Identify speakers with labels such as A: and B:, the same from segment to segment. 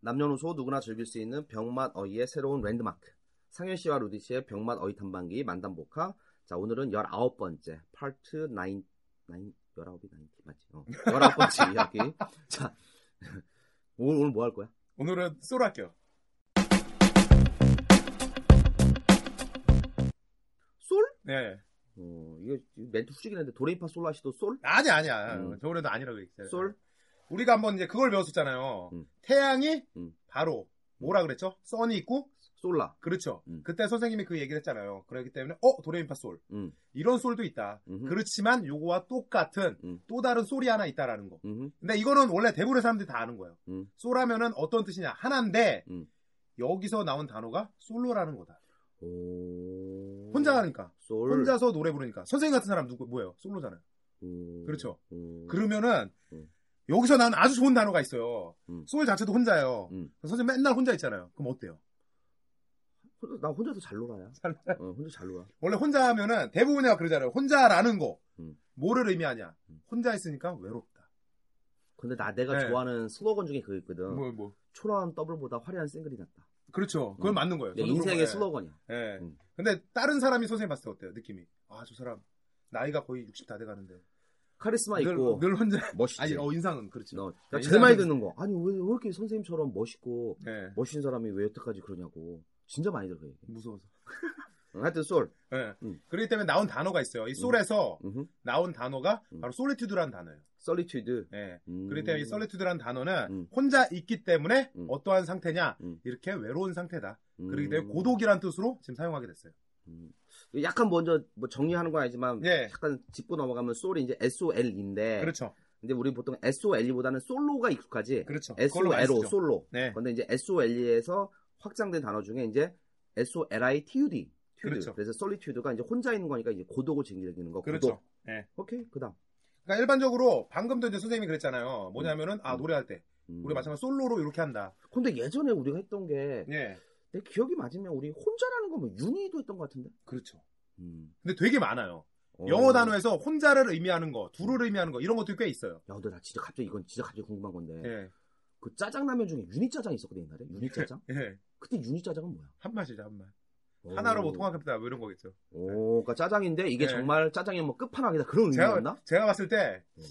A: 남녀노소 누구나 즐길 수 있는 병맛 어이의 새로운 랜드마크. 상현 씨와 루디 씨의 병맛 어이 탐방기 만담 보카. 자, 오늘은 19번째, 파트 9, 9, 19이 9 맞지? 어, 19번째 이야기. 자, 오늘, 오늘 뭐 할 거야?
B: 오늘은 소로 할게요.
A: 솔?
B: 네.
A: 어, 이거 멘트 후지긴 했는데, 도레이파 솔라시도 솔?
B: 아니 아니야.
A: 음.
B: 저번에도 아니라고 했어요.
A: 솔?
B: 우리가 한번 이제 그걸 배웠었잖아요.
A: 음.
B: 태양이
A: 음.
B: 바로 뭐라 그랬죠? 선이 있고
A: 솔라.
B: 그렇죠.
A: 음.
B: 그때 선생님이 그 얘기를 했잖아요. 그렇기 때문에 어 도레미파 솔
A: 음,
B: 이런 솔도 있다.
A: 음흠.
B: 그렇지만 요거와 똑같은
A: 음.
B: 또 다른 솔이 하나 있다라는 거.
A: 음,
B: 근데 이거는 원래 대부분의 사람들이 다 아는 거예요.
A: 음.
B: 솔하면은 어떤 뜻이냐 하나인데
A: 음.
B: 여기서 나온 단어가 솔로라는 거다.
A: 오.
B: 혼자 하니까
A: 음. 솔. 음.
B: 혼자서 노래 부르니까 선생님 같은 사람 누구 뭐예요? 솔로잖아요.
A: 오.
B: 그렇죠.
A: 오.
B: 그러면은
A: 음.
B: 여기서 나는 아주 좋은 단어가 있어요.
A: 음.
B: 소울 자체도 혼자예요.
A: 음.
B: 선생님 맨날 혼자 있잖아요. 그럼 어때요?
A: 혼자- 나 혼자서 잘 놀아야.
B: 잘
A: 놀아. 어, 혼자 잘 놀아.
B: 원래 혼자 하면은 대부분이 다 그러잖아요. 혼자라는 거
A: 음.
B: 뭐를 의미하냐?
A: 음.
B: 혼자 있으니까 외롭다.
A: 근데 나 내가
B: 네.
A: 좋아하는 슬로건 중에 그거 있거든.
B: 뭐 뭐.
A: 초라한 더블보다 화려한 싱글이 낫다.
B: 그렇죠. 그건
A: 음.
B: 맞는 거예요.
A: 내
B: 저도 그런
A: 인생의
B: 거예요.
A: 슬로건이야.
B: 예.
A: 음.
B: 근데 다른 사람이 선생님 봤을 때 어때요? 느낌이. 아 저 사람 나이가 거의 60 다 돼가는데
A: 카리스마
B: 늘,
A: 아, 있고
B: 늘 혼자.
A: 멋있지.
B: 아니 어 인상은 그렇죠.
A: 너, 나
B: 인상이-
A: 제일 많이 듣는 거. 아니 왜, 왜 이렇게 선생님처럼 멋있고
B: 예.
A: 멋있는 사람이 왜 여태까지 그러냐고. 진짜 많이 들어 그 얘기.
B: 무서워서.
A: 어, 하여튼 솔.
B: 예.
A: 음.
B: 그렇기 때문에 나온 단어가 있어요. 이 솔에서
A: 음.
B: 나온 단어가
A: 음.
B: 바로 솔리튜드라는 단어예요.
A: 솔리튜드.
B: 예.
A: 음.
B: 그렇기 때문에 이 솔리튜드라는 단어는
A: 음.
B: 혼자 있기 때문에
A: 음.
B: 어떠한 상태냐
A: 음.
B: 이렇게 외로운 상태다
A: 음.
B: 그렇기 때문에 고독이란 뜻으로 지금 사용하게 됐어요
A: 음. 약간 먼저 뭐 정리하는 건 아니지만
B: 예
A: 약간 짚고 넘어가면 솔이 이제 SOL인데
B: 그렇죠
A: 근데 우리 보통 SOL보다는 솔로가 익숙하지.
B: 그렇죠 그걸로 많이
A: SOLO
B: 쓰죠.
A: 솔로.
B: 네
A: 근데 이제 SOL에서 확장된 단어 중에 이제 SOLITUD.
B: 그렇죠.
A: 래서 solitude가 이제 혼자 있는 거니까 이제 고독을 즐기는 거.
B: 그렇죠
A: 고독.
B: 예.
A: 오케이. 그다음.
B: 그러니까 일반적으로 방금도 이제 선생님이 그랬잖아요 뭐냐면은 아
A: 음.
B: 노래할 때
A: 음.
B: 우리 마찬가지 솔로로 이렇게 한다
A: 근데 예전에 우리가 했던 게 내
B: 예
A: 기억이 맞으면 우리 혼자라는 거뭐 윤희도 했던 것 같은데.
B: 그렇죠
A: 음.
B: 근데 되게 많아요
A: 어. 음.
B: 영어 단어에서 혼자를 의미하는 거 둘을 의미하는 거 이런 것도 꽤 있어요
A: 야, 근데 나 진짜 갑자기 이건 진짜 갑자기 궁금한 건데.
B: 예
A: 그 짜장라면 중에 윤희 짜장 있었거든 옛날에. 윤희 짜장.
B: 예.
A: 그때 윤희 짜장은 뭐야?
B: 한맛이죠 한맛
A: 오.
B: 하나로 뭐 통합했다 뭐 이런 거겠죠
A: 오, 그러니까 짜장인데 이게
B: 네.
A: 정말 짜장이 뭐 끝판왕이다 그런 의미였나?
B: 제가, 제가 봤을 때,
A: 음.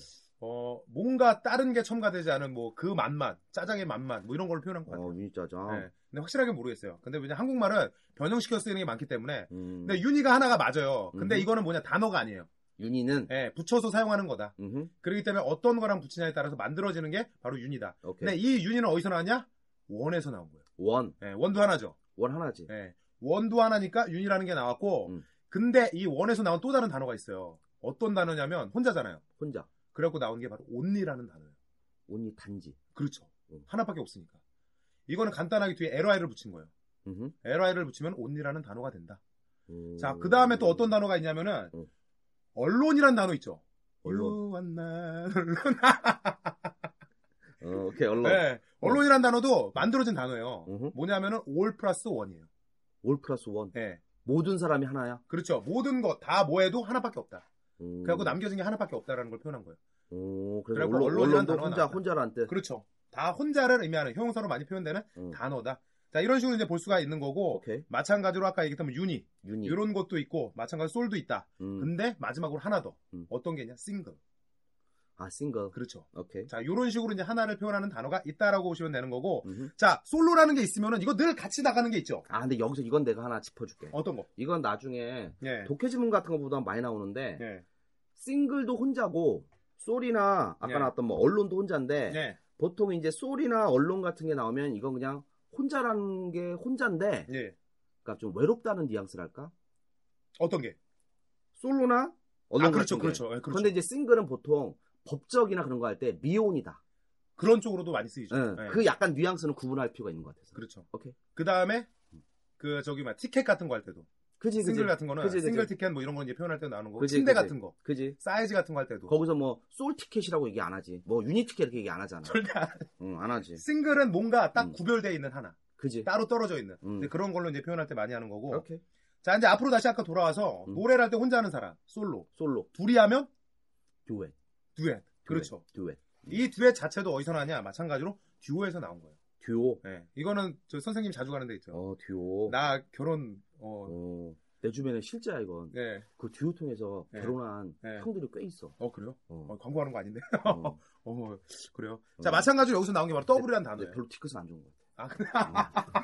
B: 어, 뭔가 다른 게 첨가되지 않은 뭐 그 맛만, 짜장의 맛만, 뭐 이런 걸 표현한 것
A: 어,
B: 같아요.
A: 윤희 짜장.
B: 네. 근데 확실하게 모르겠어요. 근데 왜냐 한국말은 변형시켜 쓰는 게 많기 때문에.
A: 음.
B: 근데 윤희가 하나가 맞아요. 근데
A: 음.
B: 이거는 뭐냐, 단어가 아니에요.
A: 윤희는
B: 예, 붙여서 사용하는 거다.
A: 음흠.
B: 그렇기 때문에 어떤 거랑 붙이냐에 따라서 만들어지는 게 바로 윤희다.
A: 오케이.
B: 근데 네, 이 윤희는 어디서 나왔냐? 원에서 나온 거예요.
A: 원.
B: 예, 원도 하나죠.
A: 원 하나지.
B: 예, 원도 하나니까 윤이라는 게 나왔고,
A: 네. 음.
B: 근데 이 원에서 나온 또 다른 단어가 있어요. 어떤 단어냐면 혼자잖아요.
A: 혼자.
B: 그래갖고 나온 게 바로 온리라는 단어예요.
A: 온리 단지.
B: 그렇죠.
A: 음.
B: 하나밖에 없으니까. 이거는 간단하게 뒤에 ly를 붙인 거예요.
A: 음흠.
B: ly를 붙이면 only라는 단어가 된다.
A: 음.
B: 자, 그 다음에 또 어떤 단어가 있냐면은,
A: 음.
B: 언론이란 단어 있죠.
A: 언론.
B: 유한나.
A: 어, 오케이 언론.
B: 네. 언론이란 단어도 만들어진 단어예요.
A: 음흠.
B: 뭐냐면은 all 플러스 원이에요
A: 올 플러스 원.
B: 네.
A: 모든 사람이 하나야.
B: 그렇죠. 모든 것 다 뭐해도 하나밖에 없다.
A: 음.
B: 그래갖고 남겨진 게 하나밖에 없다라는 걸 표현한 거예요.
A: 오, 그래서
B: 그래갖고
A: 언론,
B: 언론이란
A: 언론도
B: 단어가
A: 혼자
B: 나왔다.
A: 혼자라는 뜻.
B: 그렇죠. 다 혼자를 의미하는 형용사로 많이 표현되는
A: 음.
B: 단어다. 자, 이런 식으로 이제 볼 수가 있는 거고,
A: 오케이.
B: 마찬가지로 아까 얘기했던 뭐 유니,
A: 윤희.
B: 이런 것도 있고 마찬가지로 솔도 있다.
A: 예. 음.
B: 근데 마지막으로 하나 더
A: 음.
B: 어떤 게 있냐 싱글.
A: 아 싱글.
B: 그렇죠.
A: 오케이.
B: 자, 요런 식으로 이제 하나를 표현하는 단어가 있다라고 보시면 되는 거고,
A: 음흠.
B: 자, 솔로라는 게 있으면은 이거 늘 같이 나가는 게 있죠.
A: 아 근데 여기서 이건 내가 하나 짚어줄게.
B: 어떤 거?
A: 이건 나중에
B: 예.
A: 독해지문 같은 거보다 많이 나오는데
B: 예.
A: 싱글도 혼자고 쏠이나 아까
B: 예.
A: 나왔던 뭐 언론도 혼자인데
B: 예.
A: 보통 이제 쏠이나 언론 같은 게 나오면 이건 그냥 혼자라는 게 혼자인데
B: 예.
A: 그러니까 좀 외롭다는 뉘앙스랄까?
B: 어떤 게?
A: 솔로나 언론
B: 아,
A: 같은
B: 그렇죠,
A: 게.
B: 그렇죠. 예, 그렇죠.
A: 근데 이제 싱글은 보통 법적이나 그런 거 할 때 미혼이다.
B: 그런 쪽으로도 많이 쓰이죠.
A: 응.
B: 예.
A: 그 약간 뉘앙스는 구분할 필요가 있는 것 같아서.
B: 그렇죠.
A: 오케이.
B: 그 다음에 그 저기 막 티켓 같은 거 할 때도
A: 그지 그지.
B: 싱글 같은 거는
A: 그지, 그지.
B: 싱글 티켓 뭐 이런 거 이제 표현할 때 나오는 거,
A: 그지,
B: 침대
A: 그지.
B: 같은 거,
A: 그지.
B: 사이즈 같은 거 할 때도
A: 거기서 뭐 솔 티켓이라고 얘기 안 하지. 뭐 유니 티켓 이렇게 얘기 안 하잖아.
B: 절대 안 해.
A: 응, 안 하지.
B: 싱글은 뭔가 딱
A: 예. 음.
B: 구별되어 있는 하나,
A: 그지.
B: 따로 떨어져 있는
A: 음.
B: 근데 그런 걸로 이제 표현할 때 많이 하는 거고.
A: 오케이.
B: 자 이제 앞으로 다시 아까 돌아와서
A: 음.
B: 노래를 할 때 혼자 하는 사람, 솔로,
A: 솔로.
B: 둘이 하면
A: 듀엣.
B: 듀엣. 그렇죠.
A: 듀엣. 음.
B: 이 듀엣 자체도 어디서 나냐? 마찬가지로 듀오에서 나온 거예요.
A: 듀오.
B: 예. 이거는 저 선생님 자주 가는 데 있죠.
A: 어, 듀오.
B: 나 결혼 어,
A: 어, 내 주변에 실제야 이건.
B: 예.
A: 그 듀오 통해서
B: 네.
A: 결혼한
B: 네.
A: 형들이 꽤 있어.
B: 어 그래요?
A: 어.
B: 어, 광고하는 거 아닌데.
A: 어.
B: 어, 그래요. 자,
A: 음.
B: 마찬가지로 여기서 나온 게 바로 더블이라는
A: 근데
B: 단어예요.
A: 별로 티켓은 안 좋은 것 같아.
B: 네. 아, 그-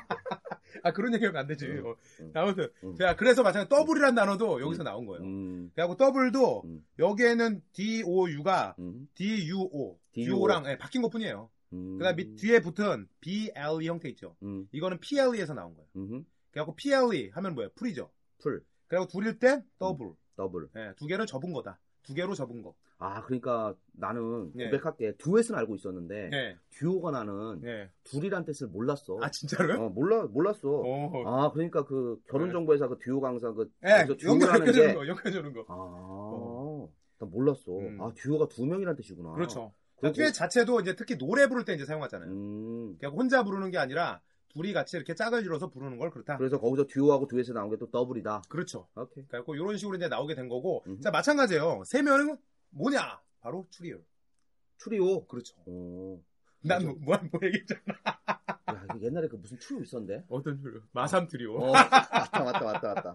B: 아, 그런 얘기하면 안 되지.
A: 네. 음.
B: 어,
A: 음.
B: 아무튼.
A: 음.
B: 자, 그래서 마찬가지 로 더블이라는 단어도 여기서 나온 거예요.
A: 음.
B: 그래갖고 더블도
A: 음.
B: 여기에는 DOU가
A: 음.
B: DUO,
A: DUO.
B: DUO랑 예, 바뀐 거 뿐이에요.
A: 음.
B: 그다음 밑 뒤에 붙은 BLE 형태 있죠.
A: 음.
B: 이거는 PLE에서 나온 거예요.
A: 음.
B: 그래갖고 PLE 하면 뭐예요? 풀이죠.
A: 풀.
B: 그리고 둘일 땐 더블.
A: 더블.
B: 예, 두 개를 접은 거다. 두 개로 접은 거.
A: 아, 그러니까 나는
B: 네.
A: 고백할게. 듀엣은 알고 있었는데
B: 예,
A: 듀오가 나는
B: 예.
A: 둘이란 뜻을 몰랐어.
B: 아 진짜로요?
A: 어, 몰라 몰랐어.
B: 어.
A: 아, 그러니까 그 결혼 정보회사 그 듀오 강사 그
B: 예,
A: 거기서 듀오라는
B: 연결해주는
A: 게
B: 거, 연결해주는 거.
A: 아. 나 몰랐어.
B: 음.
A: 아, 듀오가 두 명이란 뜻이구나.
B: 그렇죠.
A: 그리고-
B: 듀엣 자체도 이제 특히 노래 부를 때 이제 사용하잖아요.
A: 음.
B: 그러니까 혼자 부르는 게 아니라 둘이 같이 이렇게 짝을 이뤄서 부르는 걸 그렇다.
A: 그래서 거기서 듀오하고 듀엣에 나온 게 또 더블이다.
B: 그렇죠.
A: 오케이.
B: 그래갖고 이런 식으로 이제 나오게 된 거고.
A: 음.
B: 자 마찬가지예요. 세 명은 뭐냐? 바로 추리율.
A: 추리오.
B: 그렇죠.
A: 오.
B: 난 뭐 뭐 얘기했잖아.
A: 야, 이거 옛날에 그 무슨 추리오 있었는데?
B: 어떤 추리율? 마삼 트리오.
A: 어, 맞다, 맞다, 맞다, 맞다.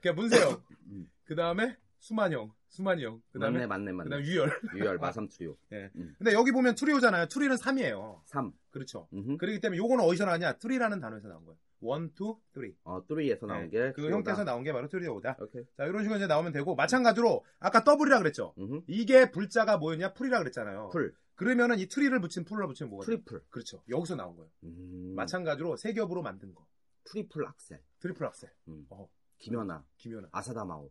B: 그러니까 문세영.
A: 음.
B: 그 다음에 수만형, 수만형. 그 다음에
A: 맞네, 맞네, 맞네.
B: 그다음 유열.
A: 유열 마삼 추리오.
B: 근데 여기 보면 트리오잖아요. 트리는 3이에요.
A: 3.
B: 그렇죠.
A: 음.
B: 그렇기 때문에 요거는 어디서 나왔냐? 트리라는 단어에서 나온 거예요. 원, 투, 쓰리.
A: 어, 뚜리에서 나온 게.
B: 그
A: 트리오다.
B: 형태에서 나온 게 바로 트리오다.
A: 오케이.
B: 자, 이런 식으로 이제 나오면 되고 마찬가지로 아까 더블이라 그랬죠.
A: 음.
B: 이게 불자가 뭐였냐? 풀이라 그랬잖아요.
A: 풀.
B: 그러면은 이 트리를 붙인 풀로 붙이면 어, 뭐가 돼요?
A: 트리플.
B: 그렇죠. 여기서 나온 거예요.
A: 음.
B: 마찬가지로 세 겹으로 만든 거.
A: 트리플 악셀.
B: 트리플 악셀.
A: 음.
B: 어.
A: 김연아.
B: 김연아.
A: 아사다마오.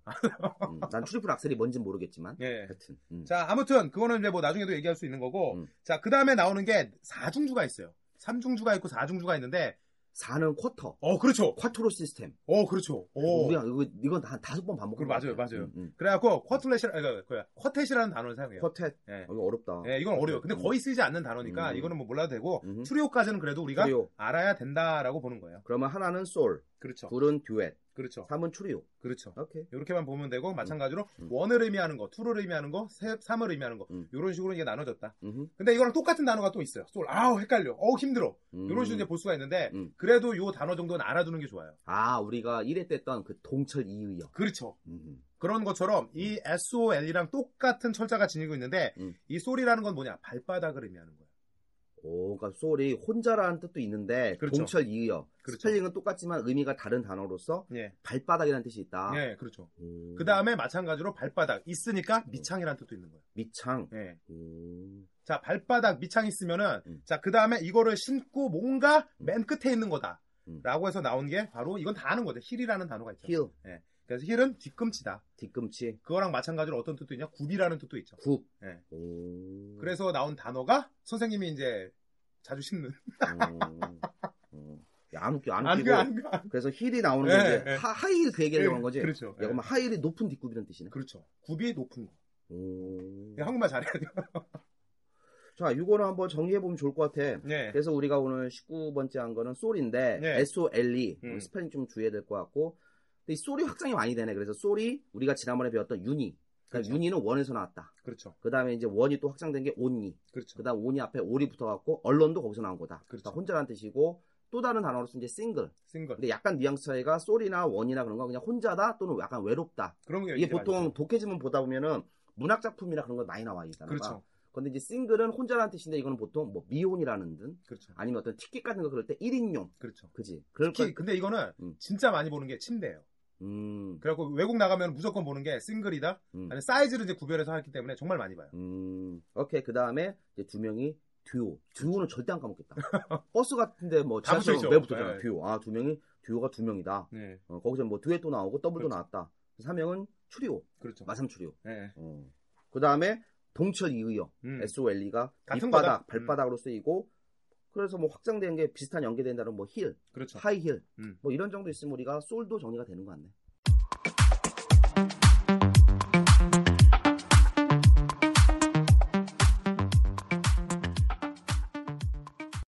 A: 음, 난 트리플 악셀이 뭔진 모르겠지만.
B: 예.
A: 하여튼. 음.
B: 자, 아무튼 그거는 이제 뭐 나중에도 얘기할 수 있는 거고.
A: 음.
B: 자, 그다음에 나오는 게 4중주가 있어요. 3중주가 있고 4중주가 있는데
A: 4는 쿼터.
B: 어, 그렇죠.
A: 쿼트로 시스템.
B: 어, 그렇죠. 오.
A: 우리가 이거, 이건 한 다섯 번 반복한
B: 그래, 맞아요,
A: 것 같아요.
B: 맞아요.
A: 음,
B: 그래갖고 쿼틀렛이 아, 그야 쿼텟이라는 단어를
A: 음.
B: 사용해요.
A: 쿼텟.
B: 예.
A: 어, 이거 어렵다.
B: 예, 이건 어려요. 근데
A: 음.
B: 거의 쓰이지 않는 단어니까
A: 음.
B: 이거는 뭐 몰라도 되고
A: 음.
B: 추리오까지는 그래도 우리가
A: 추리오.
B: 알아야 된다라고 보는 거예요.
A: 그러면 하나는 솔,
B: 그렇죠.
A: 둘은 듀엣,
B: 그렇죠.
A: 삼은 추리오.
B: 그렇죠.
A: 오케이.
B: 이렇게만 보면 되고 마찬가지로
A: 음.
B: 원을 의미하는 거, 투를 의미하는 거, 세, 삼을 의미하는 거
A: 음.
B: 이런 식으로 이게 나눠졌다.
A: 음.
B: 근데 이거랑 똑같은 단어가 또 있어요. 솔 아우 헷갈려. 어우 힘들어.
A: 음.
B: 이런 식으로 이제 볼 수가 있는데
A: 음.
B: 그래도 요 단어 정도는 알아두는 게 좋아요.
A: 아, 우리가 1회 때 했던 그 동철 이의역.
B: 그렇죠.
A: 음.
B: 그런 것처럼 이 SOL이랑 똑같은 철자가 지니고 있는데
A: 음.
B: 이 솔이라는 건 뭐냐? 발바닥을 의미하는 거예요.
A: 오, 그러니까 솔이 혼자라는 뜻도 있는데
B: 그렇죠.
A: 동철 이의역.
B: 그렇죠.
A: 스펠링은 똑같지만 의미가 다른 단어로서
B: 예.
A: 발바닥이라는 뜻이 있다.
B: 예, 그렇죠.
A: 오.
B: 그 다음에 마찬가지로 발바닥 있으니까
A: 음.
B: 밑창이라는 뜻도 있는 거예요.
A: 밑창. 음.
B: 예.
A: 오.
B: 자, 발바닥 밑창 있으면은
A: 네. 음.
B: 자, 그 다음에 이거를 신고 뭔가
A: 음.
B: 맨 끝에 있는 거다.
A: 음.
B: 라고 해서 나온 게 바로 이건 다 아는 거죠. 힐이라는 단어가 있죠.
A: 힐,
B: 그래서 힐은 뒤꿈치다.
A: 뒤꿈치,
B: 그거랑 마찬가지로 어떤 뜻도 있냐? 굽이라는 뜻도 있죠.
A: 굽. 음.
B: 예.
A: 오.
B: 그래서 나온 단어가 선생님이 이제 자주 씹는
A: 오. 오. 야, 음. 안 웃겨, 안 웃기고.
B: 안가 안가
A: 그래서 힐이 나오는
B: 예,
A: 거지.
B: 예.
A: 하, 하이힐 그 얘기를 한 거지.
B: 그렇죠.
A: 야, 그러면 하이힐이 높은 뒷굽이라는 뜻이네.
B: 그렇죠. 굽이 높은 거.
A: 오.
B: 예, 한국말 잘해야 돼요.
A: 자, 이거를 한번 정리해보면 좋을 것 같아.
B: 예.
A: 그래서 우리가 오늘 19번째 한 거는 솔인데,
B: 네.
A: S-O-L-E.
B: 음.
A: E. 스펠링 좀 주의해야 될 것 같고. 근데 이 솔이 확장이 많이 되네. 그래서 솔이 우리가 지난번에 배웠던 유니. 그러니까
B: 그렇죠.
A: 유니는 원에서 나왔다.
B: 그렇죠.
A: 그 다음에 이제 원이 또 확장된 게 온니.
B: 그렇죠.
A: 그 다음 온이 앞에 올이 붙어갖고, 언론도 거기서 나온 거다.
B: 그렇죠.
A: 그러니까 혼자라는 뜻이고, 또 다른 단어로서 이제 싱글.
B: 싱글.
A: 근데 약간 뉘앙스 차이가 솔이나 원이나 그런 거 그냥 혼자다 또는 약간 외롭다.
B: 그런 게
A: 이게
B: 네, 이렇게
A: 보통
B: 많죠.
A: 독해지문 보다 보면은 문학 작품이나 그런 거 많이 나와 이 단어가.
B: 그렇죠.
A: 근데 이제 싱글은 혼자라는 뜻인데 이거는 보통 뭐 미혼이라는 등
B: 그렇죠.
A: 아니면 어떤 티켓 같은 거 그럴 때 1인용
B: 그렇죠.
A: 그지? 그럴
B: 특히
A: 거-
B: 근데 이거는
A: 음.
B: 진짜 많이 보는 게 침대예요.
A: 음,
B: 그래갖고 외국 나가면 무조건 보는 게 싱글이다.
A: 음,
B: 아니 사이즈를 이제 구별해서 했기 때문에 정말 많이 봐요.
A: 음, 오케이 그 다음에 이제 두 명이 듀오. 듀오는 절대 안 까먹겠다. 버스 같은데 뭐
B: 다 붙어
A: 지하철
B: 있죠.
A: 매 붙어잖아.
B: 네.
A: 듀오. 아 두 명이 듀오가 두 명이다.
B: 네,
A: 어, 거기서 뭐 듀엣도 나오고 더블도
B: 그렇죠.
A: 나왔다. 그래서 한 명은 추리오,
B: 그렇죠.
A: 마삼 추리오.
B: 네.
A: 그 다음에 동철 이의어,
B: 음.
A: SOLE가
B: 같은 거다.
A: 밑바닥,
B: 음.
A: 발바닥으로 쓰이고 그래서 뭐 확장된 게 비슷한 연계된다는 뭐 힐,
B: 그렇죠.
A: 하이힐
B: 음.
A: 뭐 이런 정도 있으면 우리가 솔도 정리가 되는 거 같네.